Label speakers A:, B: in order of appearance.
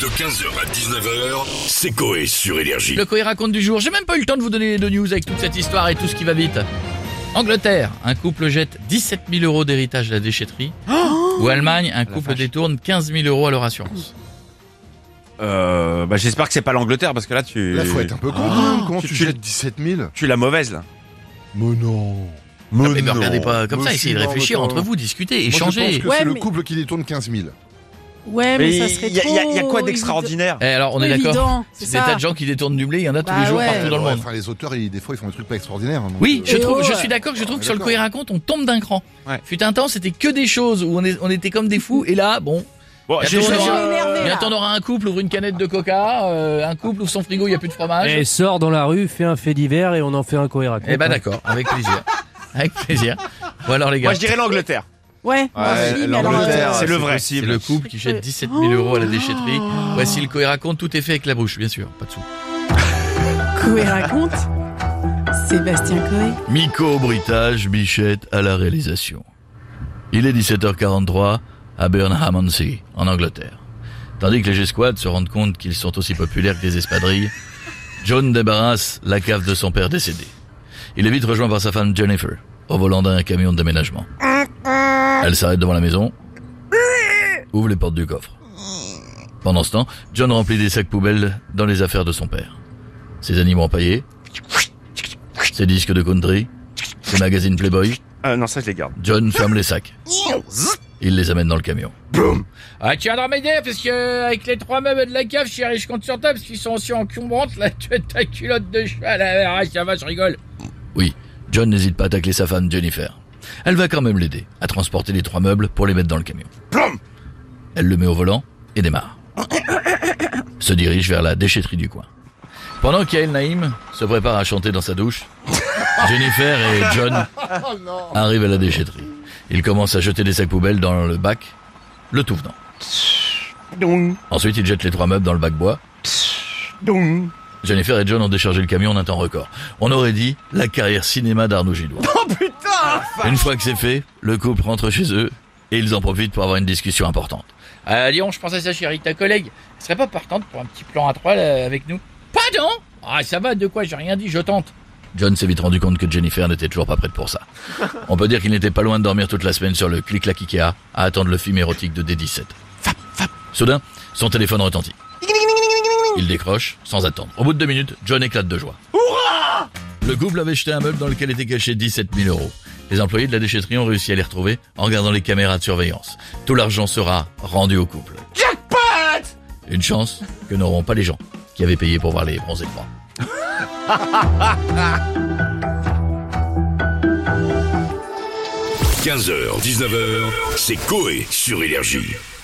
A: De 15h à 19h, c'est Coé sur Énergie.
B: Le Coé raconte du jour. J'ai même pas eu le temps de vous donner les deux news avec toute cette histoire et tout ce qui va vite. Angleterre, un couple jette 17 000 euros d'héritage à la déchetterie.
C: Oh
B: Ou Allemagne, un couple détourne 15 000 euros à leur assurance.
D: Euh, bah j'espère que c'est pas l'Angleterre parce que là tu.
C: Là, faut être un peu
B: Ah,
C: con quand même. Comment
D: tu-
C: tu,
D: tu-
C: jettes 17 000
D: Tu la mauvaise là.
C: Mais non.
B: Non, mais me regardez pas comme ça, essayez de réfléchir entre vous, discuter,
C: Moi, je pense
B: échanger.
C: que
E: Ouais,
C: c'est le
E: mais-
C: couple qui détourne 15 000.
E: Ouais, mais, ça serait
D: il y, a-
E: trop.
D: y a- y a quoi
E: évident-
D: d'extraordinaire
B: Eh, alors on est
E: évident,
B: d'accord.
E: c'est
B: C'est des
E: ça.
B: tas de gens qui détournent du blé, il y en a tous
E: Bah
B: les jours
E: ouais.
B: partout dans le
C: Ah Ouais,
B: monde.
C: Enfin, les auteurs, ils- des fois, ils font des trucs pas extraordinaires. donc,
B: Oui,
C: euh,
B: je,
E: Et
B: trouve,
E: ouais.
B: je suis d'accord que je trouve que sur le
C: D'accord.
B: Coé raconte, on tombe d'un cran.
D: Ouais.
B: Fut un temps, c'était que des choses où on, est- on était comme des fous, et là, bon,
D: Bon,
B: Bientôt, on aura-
E: énervé, là.
B: bientôt on aura un couple ouvre une canette de coca, euh, un couple ouvre son frigo, il n'y a plus de
C: Eh,
B: fromage.
F: Et sort dans la rue, fait un fait divers et on en fait un cohérent.
B: Eh ben d'accord, avec plaisir. Avec plaisir. Bon alors les gars,
D: Moi je dirais l'Angleterre.
E: Ouais, moi
C: Ouais,
E: aussi, mais alors,
C: l'Angleterre,
E: euh,
D: c'est le
C: c'est
D: vrai.
B: c'est le couple qui jette 17 000 euros à la déchetterie. Voici le Coé raconte, tout est fait avec la bouche, bien sûr, pas de sous.
E: Coé raconte. Sébastien Coé.
B: Miko au bruitage, Bichette à la réalisation. Il est 17h43 à Burnham-on-Sea, en Angleterre. Tandis que les G-Squad se rendent compte qu'ils sont aussi populaires que les espadrilles, John débarrasse la cave de son père décédé. Il est vite rejoint par sa femme Jennifer, au volant d'un camion de déménagement. Elle s'arrête devant la maison, ouvre les portes du coffre. Pendant ce temps, John remplit des sacs poubelles dans les affaires de son père. Ses animaux empaillés, ses disques de country, ses magazines Playboy,
D: Euh, non ça je les garde.
B: John ferme les sacs. Il les amène dans le camion. Ah, tiens, non, mais d'ailleurs, parce que euh, avec les trois meubles de la cave, chérie, je compte sur toi, parce qu'ils sont aussi encombrantes, là, tu as ta culotte de cheval, ah, ah, ça va, je rigole. Oui, John n'hésite pas à tacler sa femme Jennifer. Elle va quand même l'aider à transporter les trois meubles pour les mettre dans le camion. Elle le met au volant et démarre. se dirige vers la déchetterie du coin. Pendant qu'Yael Naïm se prépare à chanter dans sa douche, Jennifer et John arrivent à la déchetterie. Ils commencent à jeter des sacs poubelles dans le bac, le tout venant.
D: Dong,
B: Ensuite, ils jettent les trois meubles dans le bac bois.
D: dong.
B: Jennifer et John ont déchargé le camion en un temps record. On aurait dit la carrière cinéma d'Arnaud Gillois.
D: Oh putain
B: Une fois que c'est fait, le couple rentre chez eux et ils en profitent pour avoir une discussion importante. Euh, Lyon, je pensais à ça, chérie, ta collègue. Elle serait pas partante pour un petit plan à trois là, avec nous Pardon Ah, ça va, de quoi J'ai rien dit, je tente. John s'est vite rendu compte que Jennifer n'était toujours pas prête pour ça. On peut dire qu'il n'était pas loin de dormir toute la semaine sur le clic-clac Ikea à attendre le film érotique de D17. Soudain, son téléphone retentit. Il décroche, sans attendre. Au bout de deux minutes, John éclate de joie. Le couple avait jeté un meuble dans lequel étaient cachés 17 000 euros. Les employés de la déchetterie ont réussi à les retrouver en regardant les caméras de surveillance. Tout l'argent sera rendu au couple. Jackpot Une chance que n'auront pas les gens qui avaient payé pour voir les bronzés croix.
A: Le 15h, 19h, c'est Coé sur Énergie.